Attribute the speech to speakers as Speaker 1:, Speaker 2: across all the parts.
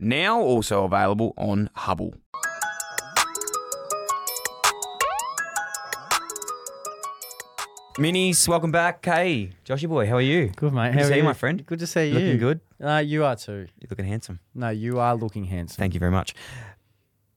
Speaker 1: now also available on Hubble. Minis, welcome back. Hey, Joshy boy, how are you?
Speaker 2: Good mate.
Speaker 1: Good
Speaker 2: How
Speaker 1: to
Speaker 2: are
Speaker 1: see you,
Speaker 2: you,
Speaker 1: my friend.
Speaker 2: Good to see you.
Speaker 1: Looking good.
Speaker 2: Uh, you are too.
Speaker 1: You're looking handsome.
Speaker 2: No, you are looking handsome.
Speaker 1: Thank you very much.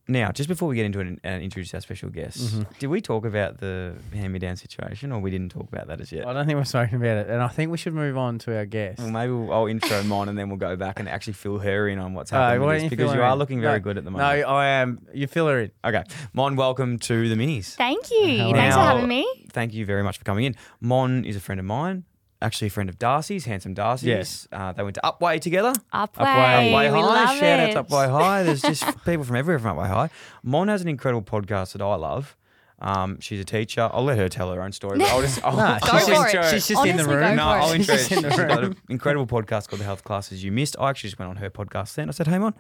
Speaker 1: Now, just before we get into it and and introduce our special guest,
Speaker 2: Mm-hmm.
Speaker 1: did we talk about the hand-me-down situation, or we didn't talk about that as yet?
Speaker 2: I don't think we've spoken about it, and I think we should move on to our guest.
Speaker 1: Well, maybe we'll, I'll intro mine and then we'll go back and actually fill her in on what's
Speaker 2: Uh,
Speaker 1: happening
Speaker 2: why
Speaker 1: with
Speaker 2: don't
Speaker 1: this,
Speaker 2: you fill
Speaker 1: because you
Speaker 2: her
Speaker 1: are
Speaker 2: in?
Speaker 1: looking very
Speaker 2: No,
Speaker 1: good at the
Speaker 2: No,
Speaker 1: moment.
Speaker 2: I am. You fill her in.
Speaker 1: Okay, Mon, welcome to the Minis.
Speaker 3: Thank you.
Speaker 2: Hello.
Speaker 3: Thanks for
Speaker 1: Now-
Speaker 3: having me.
Speaker 1: Thank you very much for coming in. Mon is a friend of mine, actually a friend of Darcy's, handsome Darcy's.
Speaker 2: Yes.
Speaker 1: uh, they went to Upway together.
Speaker 3: Upway.
Speaker 1: Upway
Speaker 3: we
Speaker 1: High.
Speaker 3: love
Speaker 1: Shout
Speaker 3: it.
Speaker 1: out to Upway High. There's just people from everywhere from Upway High. Mon has an incredible podcast that I love. Um, she's a teacher. I'll let her tell her own story. But I'll just, I'll,
Speaker 2: Nah,
Speaker 1: I'll
Speaker 2: she's
Speaker 1: just
Speaker 2: in-
Speaker 3: for
Speaker 1: intro-
Speaker 3: it.
Speaker 2: she's just in the
Speaker 3: Honestly,
Speaker 2: room.
Speaker 3: go
Speaker 1: No,
Speaker 3: for it.
Speaker 1: I'll intro
Speaker 2: She's
Speaker 1: it.
Speaker 2: in the
Speaker 1: She's got
Speaker 2: room.
Speaker 1: an incredible podcast called The Health Classes You Missed. I actually just went on her podcast then. I said, hey, Mon,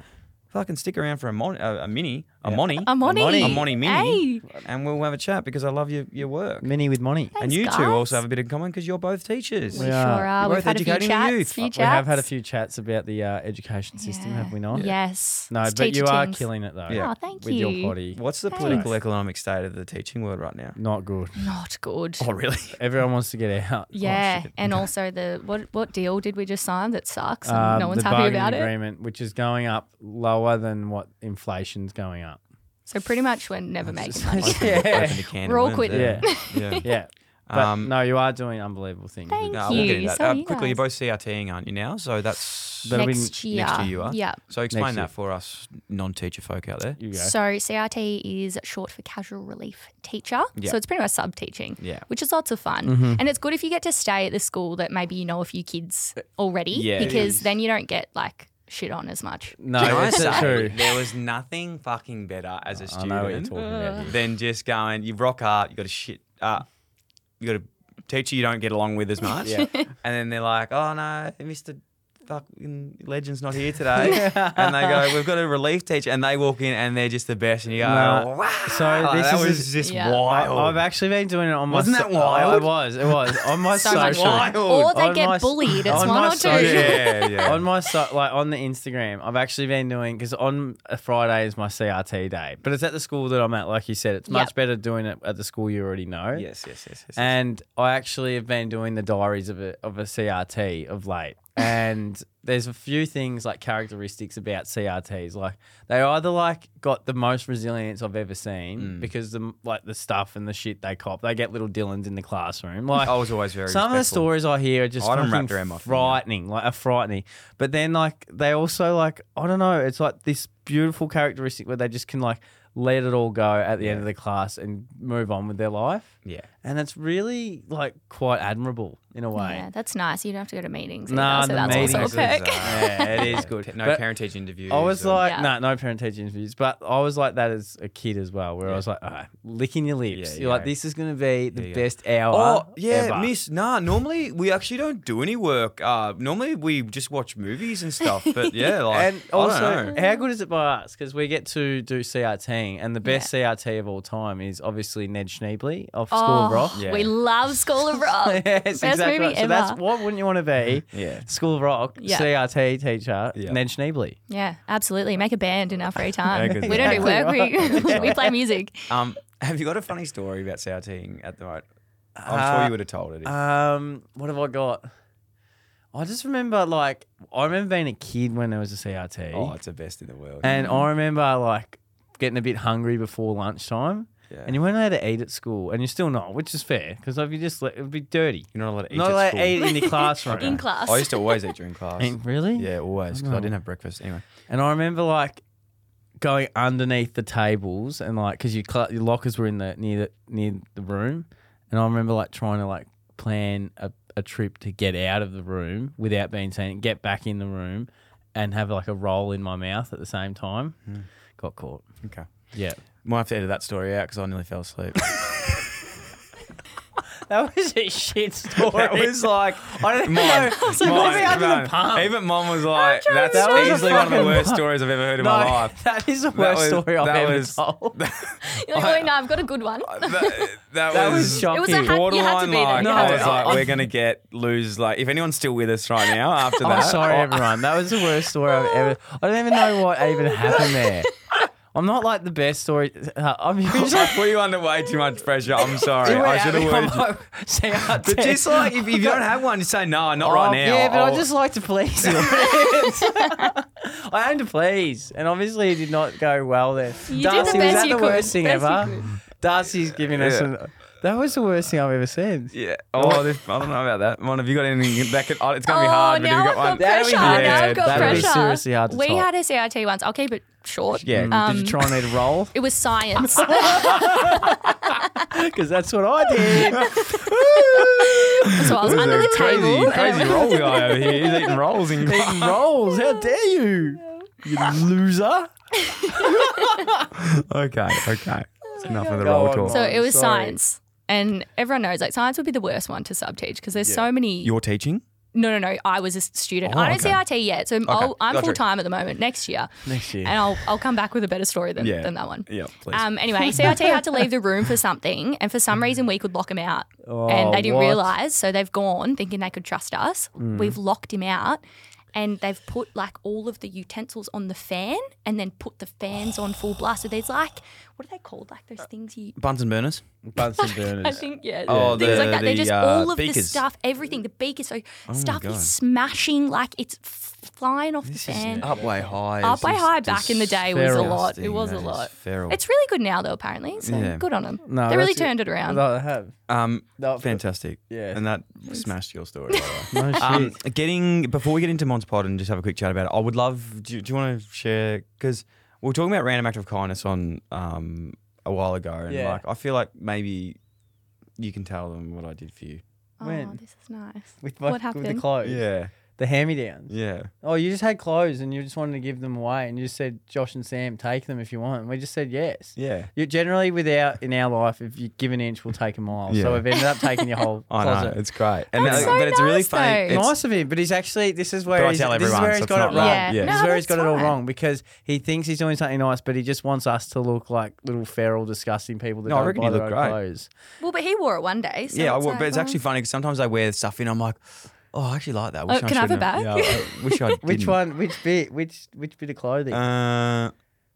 Speaker 1: fucking stick around for a, mon- a, a mini, a moni,
Speaker 3: A money.
Speaker 2: Money.
Speaker 1: a moni mini,
Speaker 3: Hey.
Speaker 1: and we'll have a chat because I love your, your work.
Speaker 2: Minnie with Money.
Speaker 1: and you two
Speaker 3: guys.
Speaker 1: also have a bit in common because you're both teachers.
Speaker 3: We
Speaker 2: Yeah.
Speaker 3: sure are.
Speaker 1: We're
Speaker 3: We've had a few
Speaker 1: educating the
Speaker 3: chats.
Speaker 1: youth.
Speaker 3: Few chats.
Speaker 2: We have had a few chats about the uh, education system, have we not?
Speaker 3: Yes.
Speaker 2: No,
Speaker 3: It's
Speaker 2: but you
Speaker 3: teacher
Speaker 2: are
Speaker 3: teams.
Speaker 2: killing it though.
Speaker 1: Yeah.
Speaker 3: Oh, thank
Speaker 2: With
Speaker 3: you.
Speaker 2: your potty,
Speaker 1: What's the
Speaker 3: Thanks.
Speaker 1: political economic state of the teaching world right now?
Speaker 2: not good.
Speaker 3: Not good.
Speaker 1: Oh, really?
Speaker 2: Everyone wants to get out.
Speaker 3: yeah, and also the what what deal did we just sign that sucks and
Speaker 2: Um,
Speaker 3: no one's
Speaker 2: the
Speaker 3: happy
Speaker 2: bargaining
Speaker 3: about it?
Speaker 2: agreement, which is going up lower than what inflation's going up.
Speaker 3: So pretty much we're never making money.
Speaker 2: yeah.
Speaker 1: Opened a can
Speaker 3: We're
Speaker 1: of
Speaker 3: all
Speaker 1: worms
Speaker 3: quitting.
Speaker 1: there. Yeah.
Speaker 2: Yeah. But
Speaker 1: Um,
Speaker 2: no, you are doing unbelievable things.
Speaker 3: Thank
Speaker 1: No,
Speaker 3: you.
Speaker 1: we'll get into that.
Speaker 3: So
Speaker 1: uh,
Speaker 3: you
Speaker 1: quickly, you're
Speaker 3: guys-
Speaker 1: both CRTing, aren't you now? So that's
Speaker 2: That'll be
Speaker 3: next year.
Speaker 1: next year you are.
Speaker 3: Yeah.
Speaker 1: So explain
Speaker 2: Next year.
Speaker 1: that for us non-teacher folk out there.
Speaker 2: You go.
Speaker 3: So CRT is short for casual relief teacher.
Speaker 1: Yeah.
Speaker 3: So it's pretty much sub teaching.
Speaker 1: Yeah.
Speaker 3: Which is lots of fun. And it's good if you get to stay at the school that maybe you know a few kids already.
Speaker 1: Yeah, it
Speaker 3: Because
Speaker 1: is.
Speaker 3: then you don't get like shit on as much.
Speaker 1: Can
Speaker 2: no,
Speaker 1: I
Speaker 2: it's
Speaker 1: say,
Speaker 2: true.
Speaker 1: there was nothking fucking better as a
Speaker 2: I
Speaker 1: student
Speaker 2: know what you're talking about. here.
Speaker 1: than just going. You rock art. You got a shit. Uh, you got a teacher you don't get along with as much.
Speaker 2: Yeah.
Speaker 1: And then they're like, oh no, Mister. Fucking legend's not here today, and they go. We've got a relief teacher, and they walk in, and they're just the best. And you go,
Speaker 2: No.
Speaker 1: wow,
Speaker 2: So
Speaker 1: like,
Speaker 2: this
Speaker 1: Oh, that
Speaker 2: is-
Speaker 1: was just
Speaker 3: Yeah.
Speaker 2: I,
Speaker 1: wild.
Speaker 2: I've actually been doing it on my.
Speaker 1: Wasn't
Speaker 2: so-
Speaker 1: that wild?
Speaker 2: I was. It was on my
Speaker 3: So much
Speaker 2: social.
Speaker 3: fun. Or they
Speaker 2: On
Speaker 3: get
Speaker 2: my s-
Speaker 3: bullied. It's
Speaker 2: on
Speaker 3: one
Speaker 2: my
Speaker 3: or two.
Speaker 2: social-
Speaker 1: Oh, yeah, yeah.
Speaker 2: on my so, like on the Instagram, I've actually been doing because on a Friday is my CRT day, but it's at the school that I'm at. Like you said, it's much
Speaker 3: Yep.
Speaker 2: better doing it at the school you already know.
Speaker 1: yes, yes, yes, yes.
Speaker 2: And I actually have been doing the diaries of a, of a CRT of late. And there's a few things like characteristics about CRTs. Like they either like got the most resilience I've ever seen
Speaker 1: Mm.
Speaker 2: because the like the stuff and the shit they cop. They get little Dylans in the classroom. Like
Speaker 1: I was always Oh, very.
Speaker 2: some of the
Speaker 1: respectful.
Speaker 2: stories I hear are just
Speaker 1: I don't
Speaker 2: fucking
Speaker 1: wrap around my finger.
Speaker 2: frightening, like are frightening. But then like they also like I don't know, it's like this beautiful characteristic where they just can like let it all go at the end of the class and move on with their life.
Speaker 1: Yeah.
Speaker 2: And that's really like quite admirable in a way.
Speaker 3: Yeah, that's nice. You don't have to go to meetings. either,
Speaker 2: Nah,
Speaker 3: so
Speaker 2: the
Speaker 3: that's
Speaker 1: uh,
Speaker 3: also
Speaker 2: meetings
Speaker 3: a perk.
Speaker 2: Yeah, it is good.
Speaker 1: No
Speaker 2: But
Speaker 1: parent teacher interviews.
Speaker 2: I was
Speaker 1: or-
Speaker 2: like,
Speaker 3: Yeah.
Speaker 2: no, no parent teacher interviews, but I was like that as a kid as well, where I was like, all right, licking your lips.
Speaker 1: Yeah,
Speaker 2: You're
Speaker 1: yeah.
Speaker 2: like, this is going to be the
Speaker 1: yeah.
Speaker 2: best hour.
Speaker 1: Oh yeah,
Speaker 2: ever.
Speaker 1: Miss. Nah, normally we actually don't do any work. Uh, normally we just watch movies and stuff. But yeah, like
Speaker 2: and also,
Speaker 1: I don't know.
Speaker 2: how good is it by us? Because we get to do CRT saying. And the best CRT of all time is obviously Ned Schneebly off School
Speaker 3: oh,
Speaker 2: of Rock.
Speaker 1: Yeah.
Speaker 3: we love School of Rock.
Speaker 2: yes,
Speaker 3: Best
Speaker 2: exactly.
Speaker 3: movie
Speaker 2: right. So
Speaker 3: ever.
Speaker 2: that's what wouldn't you want to be?
Speaker 1: Yeah.
Speaker 2: School of Rock,
Speaker 3: Yeah.
Speaker 2: CRT teacher,
Speaker 1: Yeah.
Speaker 2: Ned Schneebly.
Speaker 3: yeah, absolutely. Make a band in our free
Speaker 1: Yeah,
Speaker 3: time.
Speaker 1: 'cause
Speaker 3: we don't do work.
Speaker 2: Exactly
Speaker 3: We, we play music.
Speaker 1: Um, have you got a funny story about sour teaing at the moment? I'm sure
Speaker 2: Uh,
Speaker 1: you would have told it. if-
Speaker 2: Um, what have I got? I just remember like I remember being a kid when there was a CRT.
Speaker 1: oh, it's the best in the world.
Speaker 2: And I remember like getting a bit hungry before lunchtime.
Speaker 1: Yeah.
Speaker 2: And you weren't allowed to eat at school, and you're still not, which is fair, because if you just let it would be dirty.
Speaker 1: You're not allowed to eat
Speaker 2: not
Speaker 1: at
Speaker 2: allowed
Speaker 1: school.
Speaker 2: to eat in the classroom.
Speaker 3: In class.
Speaker 1: I used to always eat during class.
Speaker 2: And- really?
Speaker 1: Yeah, always because I
Speaker 2: No.
Speaker 1: didn't have breakfast anyway.
Speaker 2: And I remember like going underneath the tables and like because your cl- your lockers were in the near the near the room, and I remember like trying to like plan a, a trip to get out of the room without being seen, get back in the room, and have like a roll in my mouth at the same time. Got caught.
Speaker 1: Okay,
Speaker 2: Yeah,
Speaker 1: might have to edit that story out because I nearly fell asleep.
Speaker 2: that was a shit story.
Speaker 1: that was like
Speaker 2: I don't
Speaker 1: mine.
Speaker 2: know. So
Speaker 1: mine,
Speaker 2: maybe under
Speaker 1: man.
Speaker 2: the pump.
Speaker 1: Even mom was like,
Speaker 3: trying
Speaker 1: "That's
Speaker 3: to
Speaker 2: That was a
Speaker 1: easily one of the
Speaker 2: fucking
Speaker 1: worst
Speaker 2: mum.
Speaker 1: stories I've ever heard in
Speaker 2: no,
Speaker 1: my life."
Speaker 2: that is the
Speaker 1: That
Speaker 2: worst
Speaker 1: was-
Speaker 2: story I've
Speaker 1: that
Speaker 2: ever
Speaker 1: was-
Speaker 2: told.
Speaker 3: You're like, oh, no, I've got a good one.
Speaker 1: that, that
Speaker 2: That
Speaker 1: was,
Speaker 2: was shocking.
Speaker 3: It was a hack- you had to
Speaker 1: borderline
Speaker 3: be there.
Speaker 1: like
Speaker 3: You
Speaker 2: No,
Speaker 1: I
Speaker 3: had to
Speaker 1: was
Speaker 3: be
Speaker 1: like,
Speaker 2: I-
Speaker 1: we're gonna get lose like if anyone's still with us right now after that.
Speaker 2: I'm Oh, sorry,
Speaker 1: I-
Speaker 2: everyone. That was the worst story I've ever. I don't even know what even happened there. I'm not like the best story. Uh, I'm
Speaker 1: I put you under way too much pressure. I'm sorry. I should have worded you.
Speaker 2: have
Speaker 1: But just like if, if you don't have one, just say no, not
Speaker 2: Oh,
Speaker 1: right now.
Speaker 2: Yeah, but
Speaker 1: I'll-
Speaker 2: I just like to please. the audience. I aim to please, and obviously it did not go well there.
Speaker 3: You did the
Speaker 2: Darcy, was
Speaker 3: best
Speaker 2: that
Speaker 3: you
Speaker 2: the
Speaker 3: could.
Speaker 2: worst thing
Speaker 3: Best you
Speaker 2: ever?
Speaker 3: could.
Speaker 2: Darcy's giving us.
Speaker 1: Yeah.
Speaker 2: An, that was the worst thing I've ever said.
Speaker 1: yeah. Oh, this, I don't know about that. Mon, have you got anything that could? Oh, it's gonna be
Speaker 3: Oh,
Speaker 1: hard. but
Speaker 3: now
Speaker 1: have you
Speaker 3: I've
Speaker 1: got one?
Speaker 3: got pressure.
Speaker 2: That'd be
Speaker 3: now I've
Speaker 1: hard.
Speaker 3: got
Speaker 1: That'd
Speaker 2: be
Speaker 3: pressure.
Speaker 2: seriously hard to
Speaker 3: we
Speaker 2: top.
Speaker 3: had a CRT once. I'll keep it short.
Speaker 1: Yeah.
Speaker 2: did you
Speaker 3: Um,
Speaker 2: try and eat a roll?
Speaker 3: It was science.
Speaker 2: Because that's what I did.
Speaker 3: so I was under the
Speaker 1: crazy,
Speaker 3: table. and
Speaker 1: crazy roll guy over here. He's eating rolls in class.
Speaker 2: Eating rolls. How dare you? You loser.
Speaker 1: Okay, okay.
Speaker 3: Oh
Speaker 1: It's enough of the
Speaker 2: Go
Speaker 1: roll
Speaker 2: on.
Speaker 1: talk.
Speaker 3: So it was
Speaker 2: Sorry.
Speaker 3: science. And everyone knows like science would be the worst one to sub teach because there's so many.
Speaker 1: You're teaching?
Speaker 3: no, no, no. I was a student.
Speaker 1: Oh,
Speaker 3: I don't
Speaker 1: okay.
Speaker 3: CRT yet. So I'll, I'm
Speaker 1: gotcha.
Speaker 3: full time at the moment next year.
Speaker 2: Next year.
Speaker 3: And I'll, I'll come back with a better story than,
Speaker 1: Yeah.
Speaker 3: than that one.
Speaker 1: Yeah, please.
Speaker 3: Um, anyway, CRT had to leave the room for something, and for some reason we could lock him out,
Speaker 2: Oh,
Speaker 3: and they didn't
Speaker 2: what?
Speaker 3: realize. So they've gone thinking they could trust us.
Speaker 1: Mm.
Speaker 3: We've locked him out, and they've put like all of the utensils on the fan, and then put the fans on full blast. So there's like, what are they called? Like those things you.
Speaker 1: Buns and burners.
Speaker 2: Bunsen burners.
Speaker 3: I think yeah,
Speaker 1: Oh,
Speaker 3: things like
Speaker 1: the-
Speaker 3: that. They're
Speaker 1: the,
Speaker 3: just
Speaker 1: uh,
Speaker 3: all of the
Speaker 1: beakers. Oh
Speaker 3: stuff, everything. The beakers, so stuff
Speaker 1: God.
Speaker 3: is smashing like it's f- flying off the fan.
Speaker 1: Up way high.
Speaker 3: Up
Speaker 1: This
Speaker 3: way
Speaker 1: is
Speaker 3: high back in the day was a lot. It
Speaker 1: disgusting.
Speaker 3: was a
Speaker 1: That is
Speaker 3: lot.
Speaker 1: Feral.
Speaker 3: It's really good now, though. Apparently, so
Speaker 1: Yeah.
Speaker 3: good on them.
Speaker 2: No,
Speaker 3: they really
Speaker 2: that's it.
Speaker 3: turned it around.
Speaker 2: No, I have.
Speaker 1: um,
Speaker 2: No,
Speaker 1: fantastic.
Speaker 2: Yeah.
Speaker 1: And that smashed your story. by the way.
Speaker 2: No shit.
Speaker 1: um, getting before we get into Mon's pod and just have a quick chat about it, I would love. Do you, do you want to share? Because we were talking about random act of kindness on um a while ago, and
Speaker 2: Yeah.
Speaker 1: like I feel like maybe you can tell them what I did for you.
Speaker 3: oh,
Speaker 2: when?
Speaker 3: this is nice.
Speaker 2: with my,
Speaker 3: what
Speaker 2: With
Speaker 3: happened?
Speaker 2: the clothes.
Speaker 1: Yeah,
Speaker 2: The hand-me-downs.
Speaker 1: yeah.
Speaker 2: Oh, you just had clothes and you just wanted to give them away and you just said, Josh and Sam, take them if you want. And we just said yes.
Speaker 1: Yeah.
Speaker 2: You generally, without in our life, if you give an inch, we'll take a mile.
Speaker 1: Yeah.
Speaker 2: So we've ended up taking your whole
Speaker 1: I
Speaker 2: closet.
Speaker 1: know. It's great. And
Speaker 3: That's
Speaker 1: that-
Speaker 3: so
Speaker 1: but it's really
Speaker 3: nice,
Speaker 1: funny.
Speaker 3: though.
Speaker 1: It's,
Speaker 2: nice of him, but he's actually this is
Speaker 1: But
Speaker 2: where
Speaker 1: I
Speaker 2: he's,
Speaker 1: tell
Speaker 2: this is
Speaker 1: everyone,
Speaker 2: where
Speaker 1: so
Speaker 2: he's
Speaker 1: it's
Speaker 2: got it
Speaker 1: not right.
Speaker 2: wrong.
Speaker 3: Yeah.
Speaker 1: Yeah.
Speaker 2: This is
Speaker 3: No,
Speaker 2: where he's
Speaker 3: that's
Speaker 2: got it all
Speaker 3: fine.
Speaker 2: wrong because he thinks he's doing something nice, but he just wants us to look like little feral, disgusting people that
Speaker 1: No, I
Speaker 2: don't
Speaker 1: reckon
Speaker 2: buy
Speaker 1: you
Speaker 2: their
Speaker 1: look
Speaker 2: own
Speaker 1: great.
Speaker 2: clothes.
Speaker 3: Well, but he wore it one day. So
Speaker 1: yeah, I
Speaker 3: it's
Speaker 1: would,
Speaker 3: like,
Speaker 1: but it's
Speaker 3: well,
Speaker 1: actually funny because sometimes I wear stuff in. I'm like, oh, I actually like that. Wish
Speaker 3: Oh, can I have
Speaker 1: shouldn't
Speaker 3: it back?
Speaker 1: Yeah, I wish I. Didn't.
Speaker 2: Which one? Which bit? Which which bit of clothing?
Speaker 1: Uh,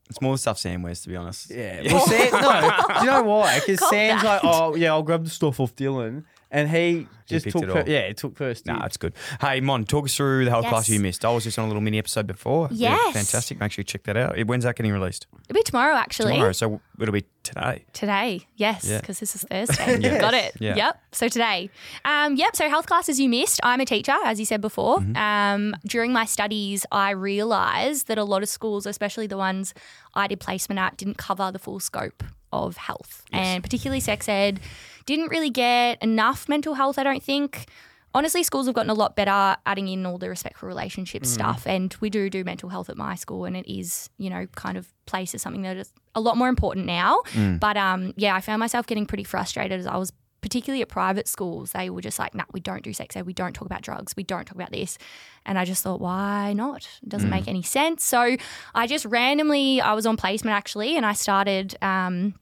Speaker 1: it's more the stuff Sam wears, to be honest.
Speaker 2: yeah. Well, Sam, no. Do you know why? Because
Speaker 3: Cop
Speaker 2: Sam's like,
Speaker 3: that.
Speaker 2: oh yeah, I'll grab the stuff off Dylan, and he just
Speaker 1: picked
Speaker 2: took
Speaker 1: it
Speaker 2: fir-
Speaker 1: all.
Speaker 2: yeah, it took first.
Speaker 1: Nah,
Speaker 2: dibs.
Speaker 1: it's good. Hey, Mon, talk us through the whole class
Speaker 3: Yes.
Speaker 1: you missed. I was just on a little mini episode before. Yeah,
Speaker 3: Yes.
Speaker 1: fantastic. Make sure you check that out. When's that getting released?
Speaker 3: It'll be tomorrow, actually.
Speaker 1: Tomorrow. So it'll be today.
Speaker 3: Today, yes,
Speaker 1: Yeah.
Speaker 3: because this is Thursday.
Speaker 2: Yes.
Speaker 3: Got it.
Speaker 1: Yeah.
Speaker 3: Yep. So today, um, yep. So health classes you missed. I'm a teacher, as you said before. Um, during my studies, I realised that a lot of schools, especially the ones I did placement at, didn't cover the full scope of health, and particularly sex ed didn't really get enough mental health. I don't think. Honestly, schools have gotten a lot better adding in all the respectful relationship stuff, and we do do mental health at my school, and it is you know kind of placed as something that is a lot more important now. But um, yeah, I found myself getting pretty frustrated as I was particularly at private schools, they were just like, nah, we don't do sex ed. We don't talk about drugs. We don't talk about this. And I just thought, why not? It doesn't make any sense. So I just randomly, I was on placement actually, and I started um,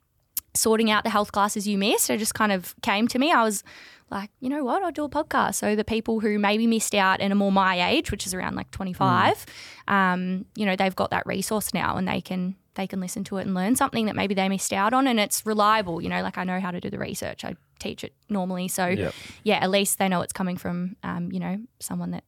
Speaker 3: sorting out the health classes you missed. It just kind of came to me. I was like, you know what? I'll do a podcast. So the people who maybe missed out and are more my age, which is around like 25,
Speaker 2: Mm.
Speaker 3: um, you know, they've got that resource now and they can they can listen to it and learn something that maybe they missed out on and it's reliable, you know, like I know how to do the research. I teach it normally. So
Speaker 2: Yep.
Speaker 3: yeah, at least they know it's coming from um, you know, someone that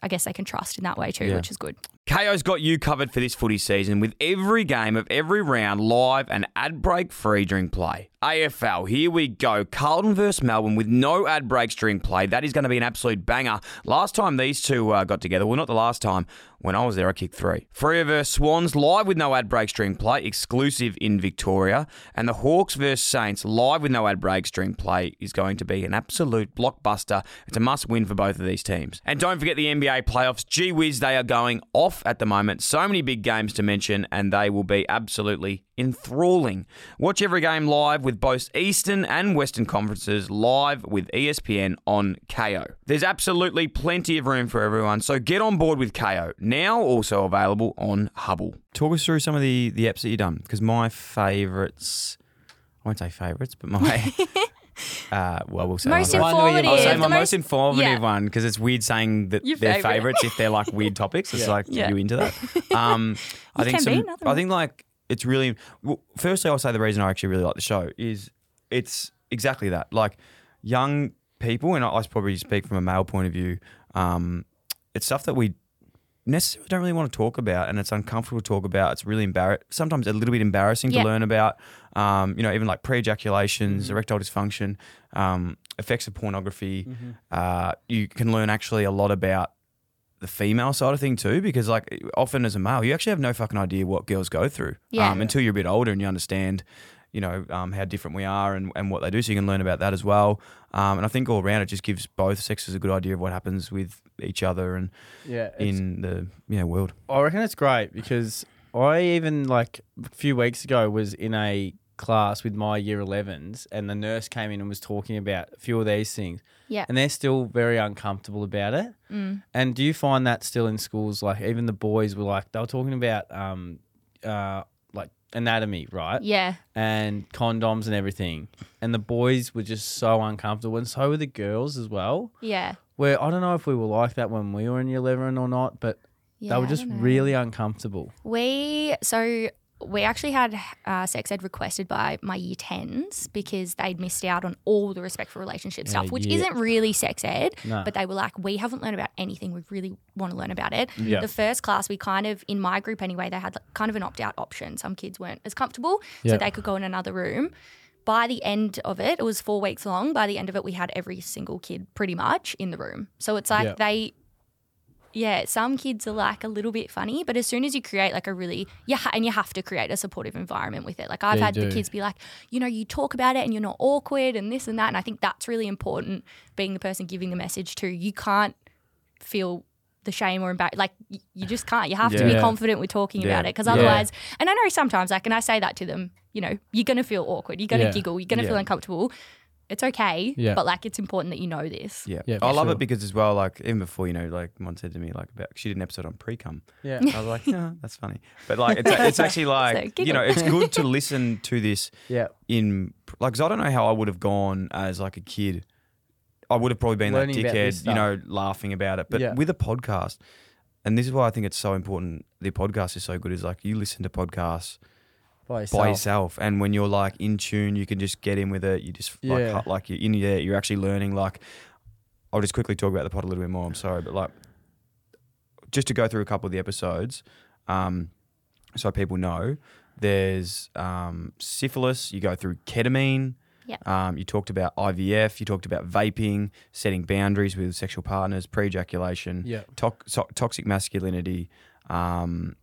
Speaker 3: I guess they can trust in that way too,
Speaker 2: Yeah.
Speaker 3: which is good.
Speaker 4: KO's got you covered for this footy season with every game of every round live and ad break free during play. AFL, here we go. Carlton versus Melbourne with no ad breaks during play. That is going to be an absolute banger. Last time these two uh, got together, well, not the last time. When I was there, I kicked three. Freo versus Swans live with no ad breaks during play, exclusive in Victoria. And the Hawks versus Saints live with no ad breaks during play is going to be an absolute blockbuster. It's a must win for both of these teams. And don't forget the NBA playoffs. Gee whiz, they are going off at the moment. So many big games to mention, and they will be absolutely enthralling. Watch every game live with both Eastern and Western conferences live with E ESPN on KO. There's absolutely plenty of room for everyone, so get on board with KO. Now also available on Hubble.
Speaker 1: Talk us through some of the, the apps that you've done because my favourites, I won't say favourites, but my, uh, well, we'll say
Speaker 3: Most
Speaker 1: my,
Speaker 2: in- One
Speaker 3: informative.
Speaker 2: where
Speaker 1: I'll
Speaker 2: you-
Speaker 1: say
Speaker 3: the
Speaker 1: my most,
Speaker 3: most-
Speaker 1: informative
Speaker 3: yeah.
Speaker 1: one because it's weird saying that
Speaker 3: Your
Speaker 1: they're
Speaker 3: favourite.
Speaker 1: favourites if they're like weird topics. It's
Speaker 2: Yeah.
Speaker 1: like
Speaker 3: Yeah.
Speaker 1: you into that. Um, I
Speaker 3: You
Speaker 1: think
Speaker 3: can be,
Speaker 1: some,
Speaker 3: nothing
Speaker 1: I
Speaker 3: wrong.
Speaker 1: think like it's really. Well, firstly, I'll say the reason I actually really like the show is it's exactly that. Like young people, and I, I probably speak from a male point of view. Um, it's stuff that we necessarily don't really want to talk about, and it's uncomfortable to talk about. It's really embarrassing, sometimes a little bit embarrassing
Speaker 3: Yeah. Mm-hmm.
Speaker 1: to learn about. Um, you know, even like pre-ejaculations, erectile dysfunction, um, effects of pornography. Uh, you can learn actually a lot about the female side of thing too, because like often as a male, you actually have no fucking idea what girls go through
Speaker 3: Yeah.
Speaker 1: um, until you're a bit older and you understand, you know, um, how different we are and, and what they do. So you can learn about that as well. Um, and I think all around it just gives both sexes a good idea of what happens with each other and
Speaker 2: Yeah. it's-
Speaker 1: in the yeah world.
Speaker 2: I reckon it's great because I even like a few weeks ago was in a class with my year 11s and the nurse came in and was talking about a few of these things
Speaker 3: Yeah.
Speaker 2: and they're still very uncomfortable about it.
Speaker 3: Mm.
Speaker 2: And do you find that still in schools? Like even the boys were like they were talking about um uh like anatomy, right?
Speaker 3: Yeah.
Speaker 2: And condoms and everything. And the boys were just so uncomfortable and so were the girls as well.
Speaker 3: Yeah.
Speaker 2: Where I don't know if we were like that when we were in year eleven or not, but
Speaker 3: Yeah.
Speaker 2: they
Speaker 3: I
Speaker 2: were just
Speaker 3: don't know.
Speaker 2: really uncomfortable.
Speaker 3: We so we actually had uh, sex ed requested by my year tens because they'd missed out on all the respectful relationship stuff, which
Speaker 2: yeah.
Speaker 3: isn't really sex ed.
Speaker 2: No.
Speaker 3: But they were like, we haven't learned about anything. We really want to learn about it.
Speaker 2: Yeah.
Speaker 3: The first class, we kind of in my group anyway, they had like, kind of an opt out option. Some kids weren't as comfortable,
Speaker 2: Yeah.
Speaker 3: so they could go in another room. By the end of it, it was four weeks long. By the end of it, we had every single kid pretty much in the room. So it's like
Speaker 2: Yeah.
Speaker 3: they yeah, some kids are like a little bit funny, but as soon as you create like a really, yeah, ha- and you have to create a supportive environment with it. Like I've
Speaker 2: Yeah, you
Speaker 3: had the
Speaker 2: do.
Speaker 3: kids be like, you know, you talk about it and you're not awkward and this and that. And I think that's really important being the person giving the message to. You can't feel the shame or embarrassed. Like y- you just can't. You have to be
Speaker 2: Yeah.
Speaker 3: confident with talking
Speaker 1: Yeah.
Speaker 3: about it because
Speaker 2: Yeah.
Speaker 3: otherwise, and I know sometimes like, and I say that to them, you know, you're going to feel awkward. You're going to
Speaker 2: Yeah.
Speaker 3: giggle. You're going to
Speaker 1: Yeah.
Speaker 3: feel uncomfortable. It's okay.
Speaker 2: Yeah.
Speaker 3: But like, it's important that you know this.
Speaker 1: Yeah,
Speaker 2: Yeah, for
Speaker 1: I love
Speaker 2: sure.
Speaker 1: it because as well, like even before you know, like Mon said to me like about she did an episode on pre cum.
Speaker 2: Yeah.
Speaker 1: I was like, yeah, that's funny, but like it's, it's actually like
Speaker 3: So,
Speaker 1: you know, it's good to listen to this
Speaker 2: Yeah.
Speaker 1: in like 'cause I don't know how I would have gone as like a kid. I would have probably been
Speaker 2: Learning
Speaker 1: that
Speaker 2: about this
Speaker 1: dickhead, you know, laughing about it. But
Speaker 2: Yeah.
Speaker 1: with a podcast, and this is why I think it's so important. The podcast is so good. Is like you listen to podcasts
Speaker 2: By yourself.
Speaker 1: by yourself, and when you're like in tune, you can just get in with it. You just like
Speaker 2: Yeah.
Speaker 1: cut, like you're in yeah, you're actually learning. Like I'll just quickly talk about the pod a little bit more. I'm sorry, but like just to go through a couple of the episodes, um, so people know. There's um, syphilis. You go through ketamine.
Speaker 3: Yep.
Speaker 1: Um, you talked about IVF. You talked about vaping, setting boundaries with sexual partners, pre-ejaculation,
Speaker 2: Yeah.
Speaker 1: toc- so- toxic masculinity, um,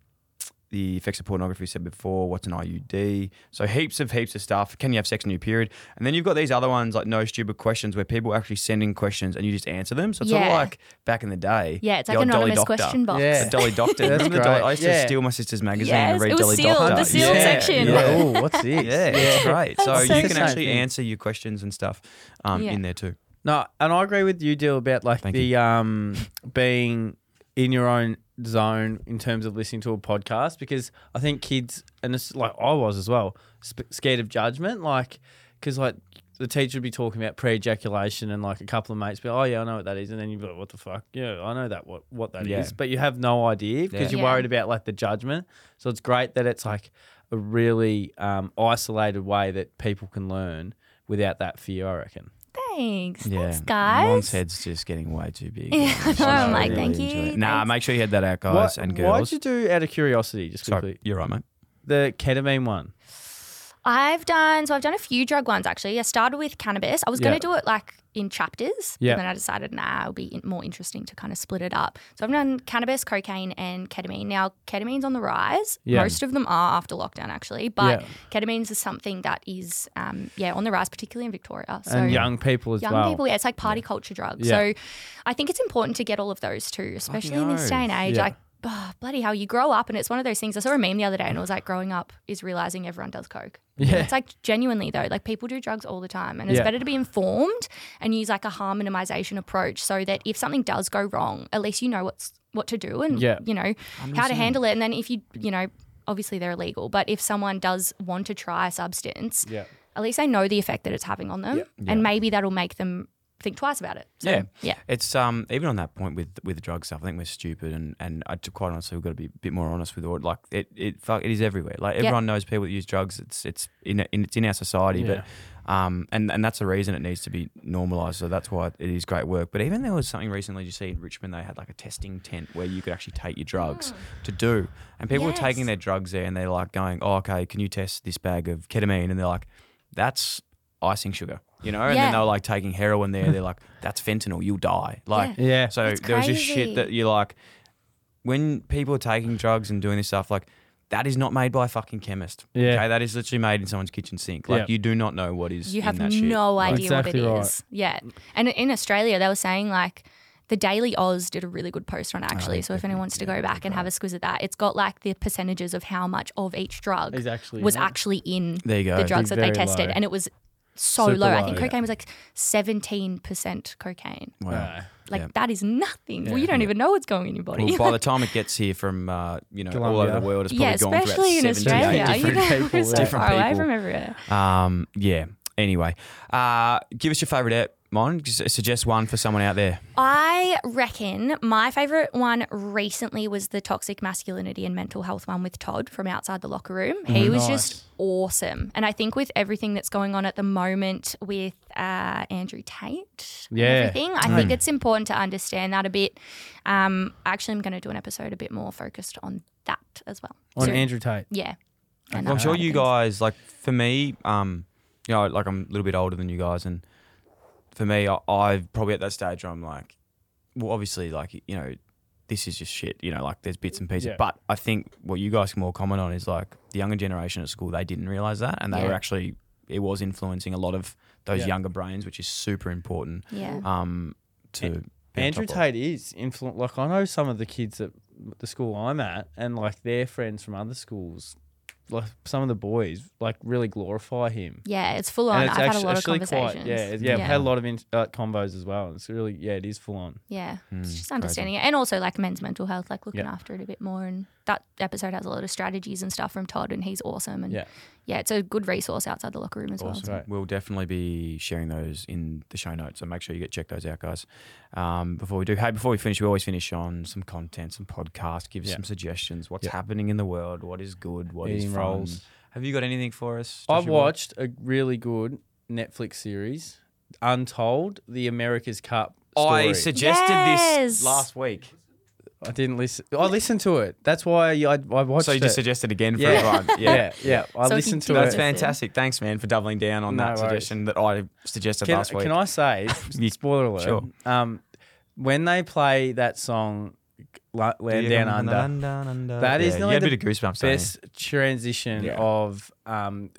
Speaker 1: the effects of pornography said before, what's an IUD. So heaps of heaps of stuff. Can you have sex in your period? And then you've got these other ones like no stupid questions where people are actually sending questions and you just answer them. So it's sort
Speaker 3: Yeah.
Speaker 1: of like back in the day.
Speaker 3: Yeah, it's
Speaker 1: the
Speaker 3: like
Speaker 1: old Dolly
Speaker 3: anonymous
Speaker 1: Doctor.
Speaker 3: question box.
Speaker 2: Yeah.
Speaker 1: The Dolly Doctor.
Speaker 2: That's
Speaker 1: Remember the Dolly-
Speaker 2: great.
Speaker 1: I used
Speaker 2: Yeah.
Speaker 1: to steal my sister's magazine
Speaker 3: Yes,
Speaker 1: and read
Speaker 3: it was
Speaker 1: Dolly
Speaker 3: sealed,
Speaker 1: Doctor.
Speaker 3: the sealed
Speaker 1: yeah.
Speaker 3: section.
Speaker 1: Yeah.
Speaker 2: Yeah. Ooh, what's this?
Speaker 1: Yeah, it's great. So
Speaker 3: That's so
Speaker 1: you can
Speaker 3: good.
Speaker 1: actually
Speaker 2: Same.
Speaker 1: answer your questions and stuff um,
Speaker 3: Yeah.
Speaker 1: in there too.
Speaker 2: No, and I agree with you, Dill, about like
Speaker 1: Thank
Speaker 2: the um being in your own zone in terms of listening to a podcast because I think kids and it's like I was as well sp- scared of judgment, like because like the teacher would be talking about pre-ejaculation and like a couple of mates be, oh yeah, I know what that is, and then you'd be like, what the fuck, yeah, I know that what what that is,
Speaker 1: Yeah.
Speaker 2: but you have no idea because
Speaker 1: Yeah.
Speaker 2: you're
Speaker 3: Yeah.
Speaker 2: worried about like the judgment. So it's great that it's like a really um, isolated way that people can learn without that fear. I reckon.
Speaker 3: Thanks. Thanks, guys.
Speaker 1: Mom's head's just getting way too big.
Speaker 3: Yeah, I know, I'm like, thank you,
Speaker 1: Nah,
Speaker 3: thanks.
Speaker 1: make sure you head that out,
Speaker 2: Why-
Speaker 1: guys and
Speaker 2: Why'd
Speaker 1: girls.
Speaker 2: you do out of curiosity, just quickly?
Speaker 1: Sorry, you're right, mate.
Speaker 2: The ketamine one.
Speaker 3: I've done so I've done a few drug ones actually. I started with cannabis. I was
Speaker 2: Yeah.
Speaker 3: going to do it like in chapters,
Speaker 2: Yeah.
Speaker 3: but then I decided nah, it'll be in- more interesting to kind of split it up. So I've done cannabis, cocaine, and ketamine. Now ketamine's on the rise.
Speaker 2: Yeah.
Speaker 3: Most of them are after lockdown actually, but
Speaker 2: Yeah.
Speaker 3: ketamine's is something that is um, yeah on the rise, particularly in Victoria. So
Speaker 2: and young people as
Speaker 3: young
Speaker 2: well.
Speaker 3: people, yeah, it's like party culture drugs.
Speaker 2: Yeah.
Speaker 3: So I think it's important to get all of those too, especially in this
Speaker 1: oath.
Speaker 3: day and age.
Speaker 2: Yeah.
Speaker 3: Like, oh, bloody hell, you grow up and it's one of those things. I saw a meme the other day and it was like, growing up is realizing everyone does coke. And
Speaker 2: Yeah.
Speaker 3: It's like genuinely though, like people do drugs all the time and it's
Speaker 2: Yeah.
Speaker 3: better to be informed and use like a harm minimization approach so that if something does go wrong, at least you know what's what to do and
Speaker 2: Yeah.
Speaker 3: you know how to handle it. And then if you, you know, obviously they're illegal, but if someone does want to try a substance,
Speaker 2: Yeah.
Speaker 3: at least they know the effect that it's having on them, and maybe that'll make them think twice about it. So,
Speaker 1: Yeah.
Speaker 3: yeah,
Speaker 1: It's um even on that point with with the drug stuff. I think we're stupid and and I, to quite honestly, we've got to be a bit more honest with all. Like it it fuck it is everywhere. Like everyone knows people that use drugs. It's it's in, in it's in our society, but um and and that's the reason it needs to be normalized. So that's why it is great work. But even there was something recently you see in Richmond. They had like a testing tent where you could actually take your drugs to do, and people were taking
Speaker 3: Mm. Yes.
Speaker 1: their drugs there and they're like going, oh okay, can you test this bag of ketamine? And they're like, that's icing sugar. You know, and
Speaker 3: Yeah.
Speaker 1: then they were like taking heroin there. They're like, that's fentanyl, you'll die. Like,
Speaker 3: Yeah.
Speaker 2: Yeah.
Speaker 1: so
Speaker 3: That's
Speaker 1: there was just shit
Speaker 3: crazy.
Speaker 1: that you like when people are taking drugs and doing this stuff, like that is not made by a fucking chemist.
Speaker 2: Yeah.
Speaker 1: Okay, that is literally made in someone's kitchen sink. Like
Speaker 2: Yeah.
Speaker 1: you do not know what is
Speaker 3: you
Speaker 1: in
Speaker 3: have
Speaker 1: that shit.
Speaker 3: no
Speaker 1: Like,
Speaker 3: idea
Speaker 2: Exactly
Speaker 3: what it is.
Speaker 2: right.
Speaker 3: Yeah, and in Australia, they were saying like. The Daily Oz did a really good post on it actually. so if anyone wants to go back and have a squiz at that, it's got like the percentages of how much of each drug
Speaker 2: Is actually
Speaker 3: was
Speaker 2: in it.
Speaker 3: actually in
Speaker 1: There you go.
Speaker 3: the drugs that they
Speaker 2: very
Speaker 3: tested,
Speaker 2: low.
Speaker 3: and it was so
Speaker 2: Super
Speaker 3: low. I think
Speaker 2: low.
Speaker 3: cocaine was like seventeen percent cocaine.
Speaker 1: Wow.
Speaker 2: No.
Speaker 3: Like
Speaker 1: Yeah.
Speaker 3: that is nothing. Well, you don't even know what's going in your body.
Speaker 1: Well, by the time it gets here from uh, you know all over
Speaker 2: Colombia.
Speaker 1: the world, it's probably
Speaker 3: yeah,
Speaker 1: gone to
Speaker 3: especially
Speaker 1: about
Speaker 3: in
Speaker 1: 78
Speaker 3: Australia. You
Speaker 1: different
Speaker 3: know, we're
Speaker 2: people,
Speaker 3: so
Speaker 2: yeah.
Speaker 3: far away
Speaker 1: people.
Speaker 3: from everywhere.
Speaker 1: Um, yeah. Anyway, uh, give us your favorite app, Mon. Just Suggest one for someone out there.
Speaker 3: I reckon my favorite one recently was the toxic masculinity and mental health one with Todd from outside the locker room. He was
Speaker 2: Mm-hmm. Nice.
Speaker 3: just awesome. And I think with everything that's going on at the moment with uh, Andrew Tate and
Speaker 2: Yeah. Mm.
Speaker 3: everything, I think it's important to understand that a bit. Um, actually, I'm going to do an episode a bit more focused on that as well.
Speaker 2: On
Speaker 3: So,
Speaker 2: Andrew Tate.
Speaker 3: yeah. and
Speaker 1: Well, I'm
Speaker 3: that
Speaker 1: sure
Speaker 3: side of
Speaker 1: you
Speaker 3: things.
Speaker 1: guys like for me, um, you know, like I'm a little bit older than you guys, and for me, I, I've probably at that stage where I'm like, well, obviously, like you know, this is just shit. You know, like there's bits and pieces.
Speaker 2: Yeah.
Speaker 1: But I think what you guys can more comment on is like the younger generation at school. They didn't realize that, and they
Speaker 3: Yeah.
Speaker 1: were actually it was influencing a lot of those
Speaker 2: Yeah.
Speaker 1: younger brains, which is super important.
Speaker 3: Yeah.
Speaker 1: Um, to be on
Speaker 2: Andrew
Speaker 1: top of.
Speaker 2: Tate is influent. Like I know some of the kids at the school I'm at, and like their friends from other schools, like some of the boys, like really glorify him.
Speaker 3: Yeah, it's full on.
Speaker 2: And it's
Speaker 3: I've had a
Speaker 2: actu-
Speaker 3: lot of
Speaker 2: actually quite-
Speaker 3: conversations.
Speaker 2: yeah, yeah, I've
Speaker 3: yeah.
Speaker 2: had a lot of in- uh, combos as well. and It's really, yeah, it is full on.
Speaker 3: Yeah, it's just
Speaker 1: Hmm, crazy.
Speaker 3: understanding it, and also like men's mental health, like looking
Speaker 2: Yeah.
Speaker 3: after it a bit more. And that episode has a lot of strategies and stuff from Todd, and he's awesome. And
Speaker 2: Yeah.
Speaker 3: yeah, it's a good resource outside the locker room as
Speaker 2: Awesome.
Speaker 3: well.
Speaker 2: Right.
Speaker 1: We'll definitely be sharing those in the show notes, so make sure you get check those out, guys. Um, before we do, hey, before we finish, we always finish on some content, some podcasts, give us
Speaker 2: Yeah.
Speaker 1: some suggestions. What's
Speaker 2: Yeah.
Speaker 1: happening in the world? What is good? What is
Speaker 2: Eating
Speaker 1: fun?
Speaker 2: rolls.
Speaker 1: Have you got anything for us?
Speaker 2: I've
Speaker 1: Joshua?
Speaker 2: watched a really good Netflix series, Untold: The America's Cup.
Speaker 1: I
Speaker 2: Story.
Speaker 1: suggested
Speaker 3: Yes.
Speaker 1: this last week,
Speaker 2: I didn't listen. I listened to it. That's why I, I watched
Speaker 1: so you
Speaker 2: it.
Speaker 1: just suggested again for
Speaker 2: Yeah.
Speaker 1: everyone. Yeah.
Speaker 2: yeah, yeah. I
Speaker 3: So he
Speaker 2: listened to
Speaker 3: did
Speaker 2: it.
Speaker 1: That's fantastic. Thanks, man, for doubling down on
Speaker 2: No
Speaker 1: that
Speaker 2: worries.
Speaker 1: suggestion that I suggested
Speaker 2: Can,
Speaker 1: last week.
Speaker 2: can I say,
Speaker 1: You-
Speaker 2: spoiler alert,
Speaker 1: sure.
Speaker 2: um, when they play that song la- land down under. That is
Speaker 1: yeah,
Speaker 2: like
Speaker 1: you had a
Speaker 2: the
Speaker 1: bit of goosebumps. don't you?
Speaker 2: best transition
Speaker 1: Yeah.
Speaker 2: of um,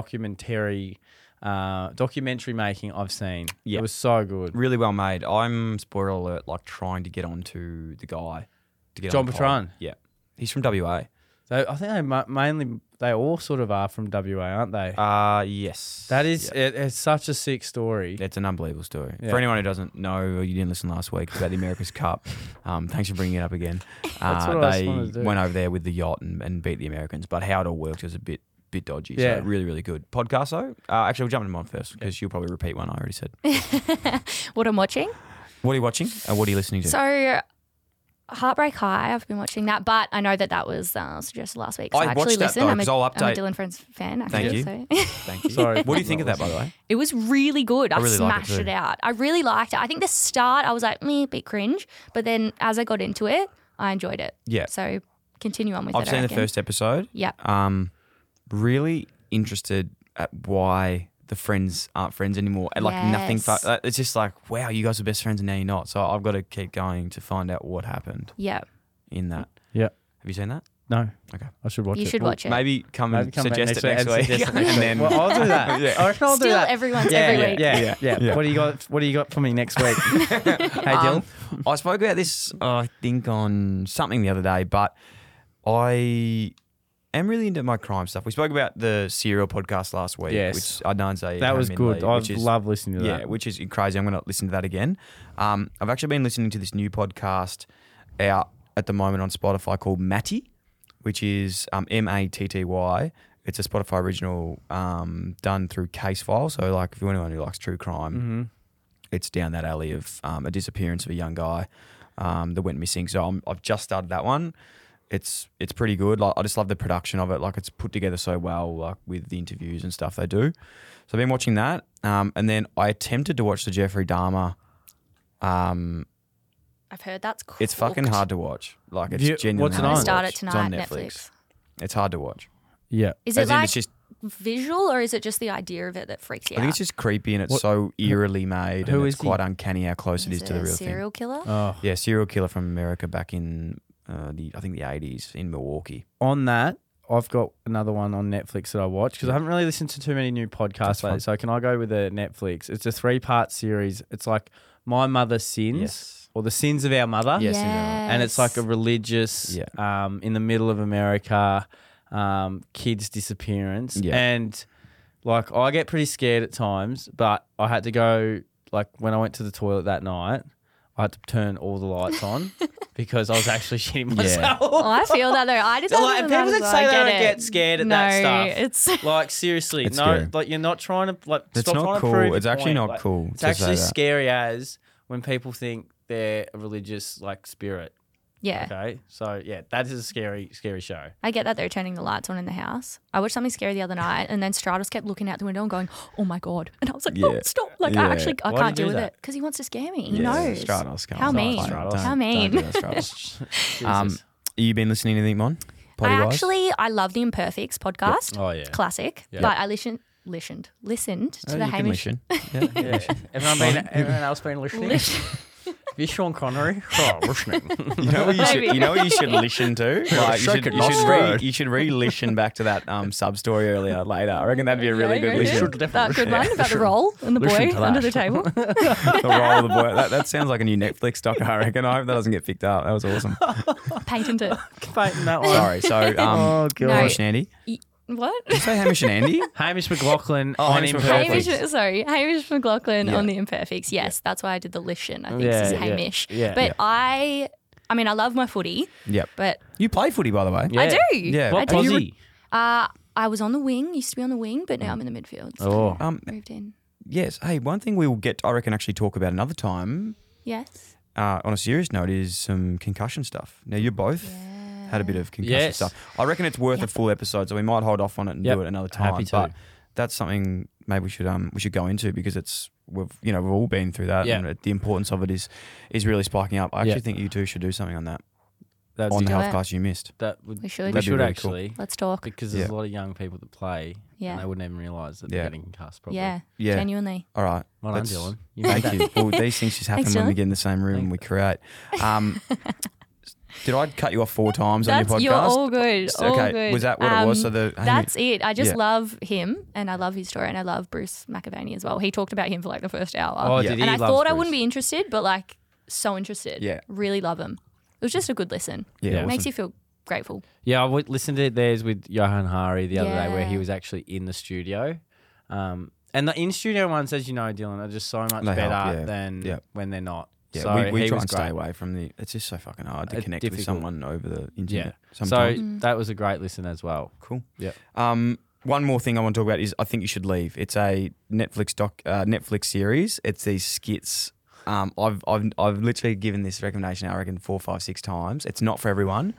Speaker 2: documentary uh, documentary making I've seen.
Speaker 1: Yeah.
Speaker 2: It was so good.
Speaker 1: really well made. I'm spoiler alert, like trying to get onto the guy to get
Speaker 2: John
Speaker 1: on the pod.
Speaker 2: Patron.
Speaker 1: Yeah, he's from WA.
Speaker 2: So I think they ma- mainly they all sort of are from WA, aren't they?
Speaker 1: Uh yes,
Speaker 2: that is
Speaker 1: Yeah.
Speaker 2: it, it's such a sick story.
Speaker 1: It's an unbelievable story.
Speaker 2: Yeah.
Speaker 1: For anyone who doesn't know or you didn't listen last week about the America's Cup, um, thanks for bringing it up again.
Speaker 2: That's
Speaker 1: Uh,
Speaker 2: what I just
Speaker 1: they
Speaker 2: wanted to do.
Speaker 1: went over there with the yacht and, and beat the Americans, but how it all worked was a bit bit dodgy.
Speaker 2: Yeah.
Speaker 1: So really, really good podcast though. Uh, actually, we'll jump into mine first because you'll probably repeat one I already said.
Speaker 3: What I'm watching.
Speaker 1: What are you watching? And what are you listening to?
Speaker 3: So, Heartbreak High, I've been watching that, but I know that that was uh, suggested last week. So
Speaker 1: I
Speaker 3: I, actually
Speaker 1: watched that
Speaker 3: listened.
Speaker 1: though,
Speaker 3: I'm, a,
Speaker 1: 'cause I'll
Speaker 3: I'm a
Speaker 1: update-
Speaker 3: Dylan Friends fan,
Speaker 1: Thank
Speaker 3: actually. so-
Speaker 1: Thank you.
Speaker 2: Sorry.
Speaker 1: What do you think of that, by the way?
Speaker 3: It was really good. I,
Speaker 1: really like it
Speaker 3: smashed it,
Speaker 1: too.
Speaker 3: out. I really liked it. I think the start, I was like, meh, a bit cringe. But then as I got into it, I enjoyed it.
Speaker 1: Yeah.
Speaker 3: So continue on with
Speaker 1: I've
Speaker 3: it. I
Speaker 1: seen the
Speaker 3: reckon.
Speaker 1: first episode.
Speaker 3: Yeah.
Speaker 1: um, really interested at why the friends aren't friends anymore. And like nothing, fu-
Speaker 3: Yes.
Speaker 1: uh, it's just like, wow, you guys are best friends and now you're not. So I've got to keep going to find out what happened
Speaker 3: Yeah.
Speaker 1: in that.
Speaker 2: Yeah.
Speaker 1: Have you seen that?
Speaker 2: No.
Speaker 1: Okay.
Speaker 2: I should watch
Speaker 3: You
Speaker 2: it.
Speaker 3: should watch it.
Speaker 1: Maybe come
Speaker 2: Maybe
Speaker 1: and
Speaker 2: come back
Speaker 1: suggest it
Speaker 2: next
Speaker 1: next
Speaker 2: week and
Speaker 1: week.
Speaker 2: suggest it next
Speaker 1: And then
Speaker 2: Well, I'll do that.
Speaker 1: Yeah.
Speaker 2: I reckon I'll do
Speaker 3: Still
Speaker 2: that.
Speaker 3: everyone's
Speaker 2: yeah,
Speaker 3: every
Speaker 2: yeah,
Speaker 3: week.
Speaker 2: yeah, yeah, yeah.
Speaker 1: Yeah.
Speaker 2: What do you got? What do you got for me next week? hey, Dylan.
Speaker 1: Um, I spoke about this, I think, on something the other day, but I am really into my crime stuff. We spoke about the serial podcast last week,
Speaker 2: Yes.
Speaker 1: which Adnan Zaid
Speaker 2: that
Speaker 1: had
Speaker 2: was
Speaker 1: me in
Speaker 2: good.
Speaker 1: lead,
Speaker 2: I
Speaker 1: which is-
Speaker 2: love listening to
Speaker 1: yeah,
Speaker 2: that.
Speaker 1: which is crazy. I'm going to listen to that again. Um, I've actually been listening to this new podcast out at the moment on Spotify called Matty, which is um, M A T T Y. It's a Spotify original um, done through Case File. So, like, if you're anyone who likes true crime, it's down that alley of um, a disappearance of a young guy um, that went missing. So, I'm, I've just started that one. It's it's pretty good. Like, I just love the production of it. Like, it's put together so well, like with the interviews and stuff they do. So I've been watching that, um, and then I attempted to watch the Jeffrey Dahmer. Um,
Speaker 3: I've heard that's cool.
Speaker 1: it's fucking hard to watch. Like it's
Speaker 2: You-
Speaker 1: genuinely
Speaker 2: what's it
Speaker 1: hard
Speaker 2: on?
Speaker 3: I
Speaker 1: to
Speaker 3: start
Speaker 1: watch.
Speaker 3: it tonight,
Speaker 1: It's on
Speaker 3: Netflix.
Speaker 1: Netflix. It's hard to watch.
Speaker 2: yeah.
Speaker 3: Is
Speaker 1: As
Speaker 3: it
Speaker 1: in,
Speaker 3: like
Speaker 1: it's just
Speaker 3: visual or is it just the idea of it that freaks you
Speaker 1: I think
Speaker 3: out?
Speaker 1: it's just creepy and it's
Speaker 2: What-
Speaker 1: so eerily made
Speaker 2: who
Speaker 1: and it's
Speaker 2: is he?
Speaker 1: quite uncanny how close it is
Speaker 3: Is
Speaker 1: to the
Speaker 3: it a
Speaker 1: real thing.
Speaker 3: serial killer.
Speaker 2: Oh.
Speaker 1: Yeah, serial killer from America back in uh, the I think the eighties in Milwaukee.
Speaker 2: on that, I've got another one on Netflix that I watch because I haven't really listened to too many new podcasts
Speaker 1: That's
Speaker 2: lately.
Speaker 1: fine.
Speaker 2: So can I go with a Netflix? It's a three part series. It's like My Mother's Sins
Speaker 1: Yes.
Speaker 2: or The Sins of Our Mother.
Speaker 1: Yes, I know.
Speaker 2: And it's like a religious,
Speaker 1: Yeah.
Speaker 2: um, in the middle of America, um, kids' disappearance.
Speaker 1: Yeah.
Speaker 2: And like I get pretty scared at times, but I had to go, like when I went to the toilet that night, I had to turn all the lights on because I was actually shitting myself.
Speaker 3: Oh, I feel that though. I just
Speaker 2: So, like, people that say they
Speaker 3: I
Speaker 2: don't
Speaker 3: it.
Speaker 2: get scared at
Speaker 3: no,
Speaker 2: that stuff.
Speaker 3: It's
Speaker 2: Like seriously,
Speaker 1: It's
Speaker 2: no,
Speaker 1: scary.
Speaker 2: like you're not trying to like.
Speaker 1: It's
Speaker 2: stop
Speaker 1: not
Speaker 2: trying to
Speaker 1: cool.
Speaker 2: prove a
Speaker 1: It's actually
Speaker 2: point.
Speaker 1: not
Speaker 2: Like,
Speaker 1: cool
Speaker 2: It's
Speaker 1: to say
Speaker 2: actually
Speaker 1: that.
Speaker 2: scary as when people think they're a religious like spirit.
Speaker 3: yeah.
Speaker 2: Okay, so yeah, that is a scary, scary show.
Speaker 3: I get that they're turning the lights on in the house. I watched something scary the other night, and then Stratos kept looking out the window and going, "Oh my god!" And I was like, "No,
Speaker 1: Yeah.
Speaker 3: stop!" Like
Speaker 1: Yeah.
Speaker 3: I actually I
Speaker 2: Why
Speaker 3: can't
Speaker 2: do
Speaker 3: deal
Speaker 2: you
Speaker 3: with
Speaker 2: do
Speaker 3: it because he wants to scare me. He
Speaker 1: Yeah,
Speaker 3: knows.
Speaker 1: Stratos, come
Speaker 3: How
Speaker 1: on.
Speaker 3: mean.
Speaker 1: Don't-
Speaker 2: Stratos.
Speaker 1: don't-
Speaker 3: How
Speaker 1: don't
Speaker 3: mean.
Speaker 1: do that, Stratos. um,
Speaker 2: Jesus.
Speaker 1: you been listening to anything, Mon?
Speaker 3: I
Speaker 1: Potty-wise?
Speaker 3: actually I love the Imperfects podcast.
Speaker 2: oh yeah,
Speaker 3: Classic.
Speaker 2: Yeah.
Speaker 3: But I listened listened listened to
Speaker 1: Oh,
Speaker 3: the
Speaker 1: you can
Speaker 3: Hamish.
Speaker 1: listen. Yeah, yeah.
Speaker 2: yeah. everyone been, everyone else been listening. Have you Sean Connery? Oh, listening.
Speaker 1: You know what you should.
Speaker 3: Maybe.
Speaker 1: You know what you should listen to. Like, you should.
Speaker 2: Second
Speaker 1: You should, re,
Speaker 2: episode.
Speaker 1: you should re-listen back to that um, sub story earlier later. I reckon that'd be a really
Speaker 3: Yeah,
Speaker 1: good
Speaker 3: go
Speaker 2: We
Speaker 3: ahead.
Speaker 1: listen.
Speaker 2: should definitely
Speaker 3: That good
Speaker 2: listen.
Speaker 3: one about the roll and the
Speaker 1: Listen to
Speaker 3: boy
Speaker 1: that.
Speaker 3: under the table.
Speaker 1: the role of the boy. That, that sounds like a new Netflix doc. I reckon. I hope that doesn't get picked up. That was awesome.
Speaker 3: Patent it.
Speaker 2: Fighting that one.
Speaker 1: Sorry. So, um,
Speaker 2: Oh god.
Speaker 3: No.
Speaker 1: Hamish and Andy.
Speaker 3: What?
Speaker 1: Did you say Hamish and Andy?
Speaker 2: Hamish McLaughlin
Speaker 1: Oh,
Speaker 2: on
Speaker 1: Hamish
Speaker 2: Imperfect.
Speaker 3: Hamish,
Speaker 1: Perfect.
Speaker 3: sorry, Hamish McLaughlin
Speaker 1: Yeah.
Speaker 3: on the Imperfects. Yes, that's why I did the listen. I think
Speaker 2: Yeah,
Speaker 3: this is
Speaker 2: yeah,
Speaker 3: Hamish.
Speaker 2: yeah.
Speaker 3: but
Speaker 2: Yeah.
Speaker 3: I, I mean, I love my footy,
Speaker 1: Yep.
Speaker 3: but
Speaker 1: You play footy, by the way.
Speaker 2: Yeah.
Speaker 3: I do.
Speaker 1: Yeah.
Speaker 3: I
Speaker 2: What
Speaker 3: do.
Speaker 2: Aussie?
Speaker 3: Uh, I was on the wing. Used to be on the wing, but
Speaker 1: Mm.
Speaker 3: now I'm in the midfield. So
Speaker 2: Oh.
Speaker 1: Um,
Speaker 3: moved in.
Speaker 1: yes. Hey, one thing we will get. I reckon actually talk about another time.
Speaker 3: Yes.
Speaker 1: Uh, on a serious note, is some concussion stuff. Now you both had a bit of concussion
Speaker 2: Yes.
Speaker 1: stuff. I reckon it's worth a full episode, so we might hold off on it and
Speaker 2: Yep.
Speaker 1: do it another time.
Speaker 2: Happy to.
Speaker 1: But that's something maybe we should um we should go into because it's we've you know we've all been through that
Speaker 2: Yeah.
Speaker 1: and it- the importance of it is is really spiking up. I actually
Speaker 2: Yeah.
Speaker 1: think you two should do something on that
Speaker 2: That's
Speaker 1: on the
Speaker 3: do
Speaker 1: health
Speaker 3: it.
Speaker 1: class you missed.
Speaker 2: That would
Speaker 3: We
Speaker 2: we
Speaker 3: should.
Speaker 1: That'd be
Speaker 2: should
Speaker 1: really cool.
Speaker 2: actually
Speaker 3: Let's talk.
Speaker 2: because there's
Speaker 1: Yeah.
Speaker 2: a lot of young people that play
Speaker 3: Yeah.
Speaker 2: and they wouldn't even realise that
Speaker 1: Yeah.
Speaker 2: they're getting concussed. Probably.
Speaker 3: Yeah,
Speaker 1: Yeah.
Speaker 3: genuinely.
Speaker 1: All right.
Speaker 2: Well done,
Speaker 1: That's-
Speaker 2: Dylan. You
Speaker 1: Thank
Speaker 2: made that.
Speaker 1: you. Well, these things just happen
Speaker 3: Thanks,
Speaker 1: when we
Speaker 3: Dylan.
Speaker 1: get in the same room and we create. Um, Did I cut you off four times on your
Speaker 3: That's
Speaker 1: podcast?
Speaker 3: you're all good. all
Speaker 1: okay,
Speaker 3: good. Um,
Speaker 1: was that what it was? So the Hamish-
Speaker 3: that's it. I just
Speaker 1: Yeah.
Speaker 3: love him, and I love his story, and I love Bruce McAvaney as well. He talked about him for like the first hour,
Speaker 2: Oh,
Speaker 1: Yeah.
Speaker 2: did he?
Speaker 3: and I
Speaker 2: He loves
Speaker 3: thought I
Speaker 2: Bruce.
Speaker 3: wouldn't be interested, but like so interested.
Speaker 1: Yeah.
Speaker 3: really love him. It was just a good listen.
Speaker 1: Yeah,
Speaker 2: Yeah.
Speaker 3: makes you feel grateful.
Speaker 2: Yeah, I would listen to theirs with Johan Hari the other day where he
Speaker 3: Yeah.
Speaker 2: was actually in the studio. Um, and the in studio ones, as you know, Dylan, are just so much
Speaker 1: They help,
Speaker 2: better
Speaker 1: yeah.
Speaker 2: than
Speaker 1: Yeah.
Speaker 2: when they're not.
Speaker 1: Yeah,
Speaker 2: so
Speaker 1: we, we
Speaker 2: he
Speaker 1: try
Speaker 2: was
Speaker 1: and stay
Speaker 2: great.
Speaker 1: away from the. It's just so fucking hard to
Speaker 2: It's
Speaker 1: connect with
Speaker 2: difficult.
Speaker 1: someone over the internet.
Speaker 2: Yeah.
Speaker 1: sometimes.
Speaker 2: So that was a great listen as well.
Speaker 1: cool.
Speaker 2: Yeah.
Speaker 1: Um, one more thing I want to talk about is I think you should leave. It's a Netflix doc, uh, Netflix series. It's these skits. Um, I've, I've I've literally given this recommendation I reckon four, five, six times. It's not for everyone.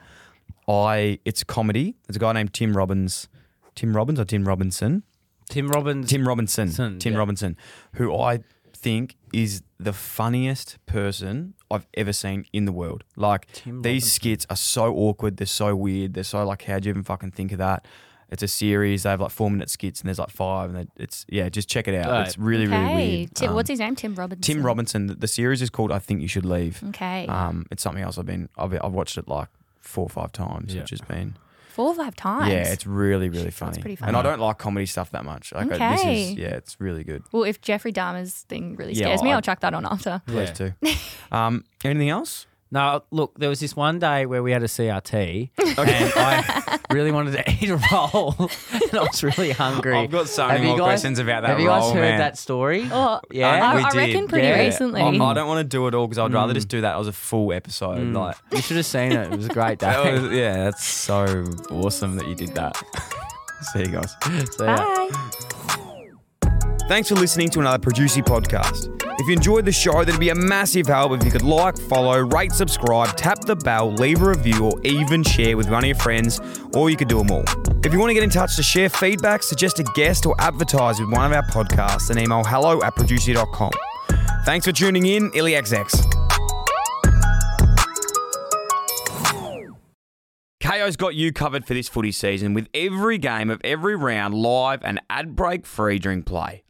Speaker 1: I it's a comedy. There's a guy named Tim Robbins, Tim Robbins or Tim Robinson.
Speaker 2: Tim Robbins.
Speaker 1: Tim Robinson.
Speaker 2: Robinson,
Speaker 1: Tim
Speaker 2: yeah.
Speaker 1: Robinson, who I think is the funniest person I've ever seen in the world. Like
Speaker 2: Tim
Speaker 1: these
Speaker 2: Robinson.
Speaker 1: skits are so awkward, they're so weird, they're so like, how'd you even fucking think of that? It's a series. They have like four minute skits, and there's like five, and they- it's yeah, just check it out.
Speaker 2: Right.
Speaker 1: It's really
Speaker 3: okay,
Speaker 1: really weird.
Speaker 3: Tim,
Speaker 1: Um,
Speaker 3: what's his name? Tim Robinson.
Speaker 1: Tim Robinson. The, the series is called I Think You Should Leave.
Speaker 3: Okay,
Speaker 1: Um, it's something else I've been I've, I've watched it like four or five times,
Speaker 2: Yeah.
Speaker 1: which has been
Speaker 3: four or five times.
Speaker 1: yeah, it's really really funny.
Speaker 3: pretty
Speaker 1: And I
Speaker 3: funny.
Speaker 1: don't like comedy stuff that much. Like I, this
Speaker 3: Okay.
Speaker 1: is yeah, it's really good.
Speaker 3: well, if Jeffrey Dahmer's thing really
Speaker 1: Yeah,
Speaker 3: scares me,
Speaker 1: I-
Speaker 3: I'll chuck that on after.
Speaker 2: Yeah.
Speaker 1: Those two. Um, anything else?
Speaker 2: No, look, there was this one day where we had a CRT and I really wanted to eat a roll and I was really hungry.
Speaker 1: got so
Speaker 2: Have you guys-
Speaker 1: about
Speaker 2: Have you guys heard that story?
Speaker 3: Oh,
Speaker 2: Yeah.
Speaker 3: I,
Speaker 1: We
Speaker 3: I
Speaker 1: did. Oh
Speaker 3: reckon pretty
Speaker 2: Yeah.
Speaker 3: recently.
Speaker 1: I, I don't want to do it all because I'd
Speaker 2: Mm.
Speaker 1: rather just do that as a full episode. Like,
Speaker 2: You should have seen it. It was a great day.
Speaker 1: that was- yeah, that's so awesome that you did that. See you guys.
Speaker 2: So, yeah.
Speaker 3: Bye.
Speaker 1: Thanks for listening to another Producy podcast. If you enjoyed the show, that'd be a massive help if you could like, follow, rate, subscribe, tap the bell, leave a review, or even share with one of your friends, or you could do them all. If you want to get in touch to share feedback, suggest a guest, or advertise with one of our podcasts, then email hello at producer.com. Thanks for tuning in, IllyXX.
Speaker 4: KO's got you covered for this footy season with every game of every round live and ad break free during play.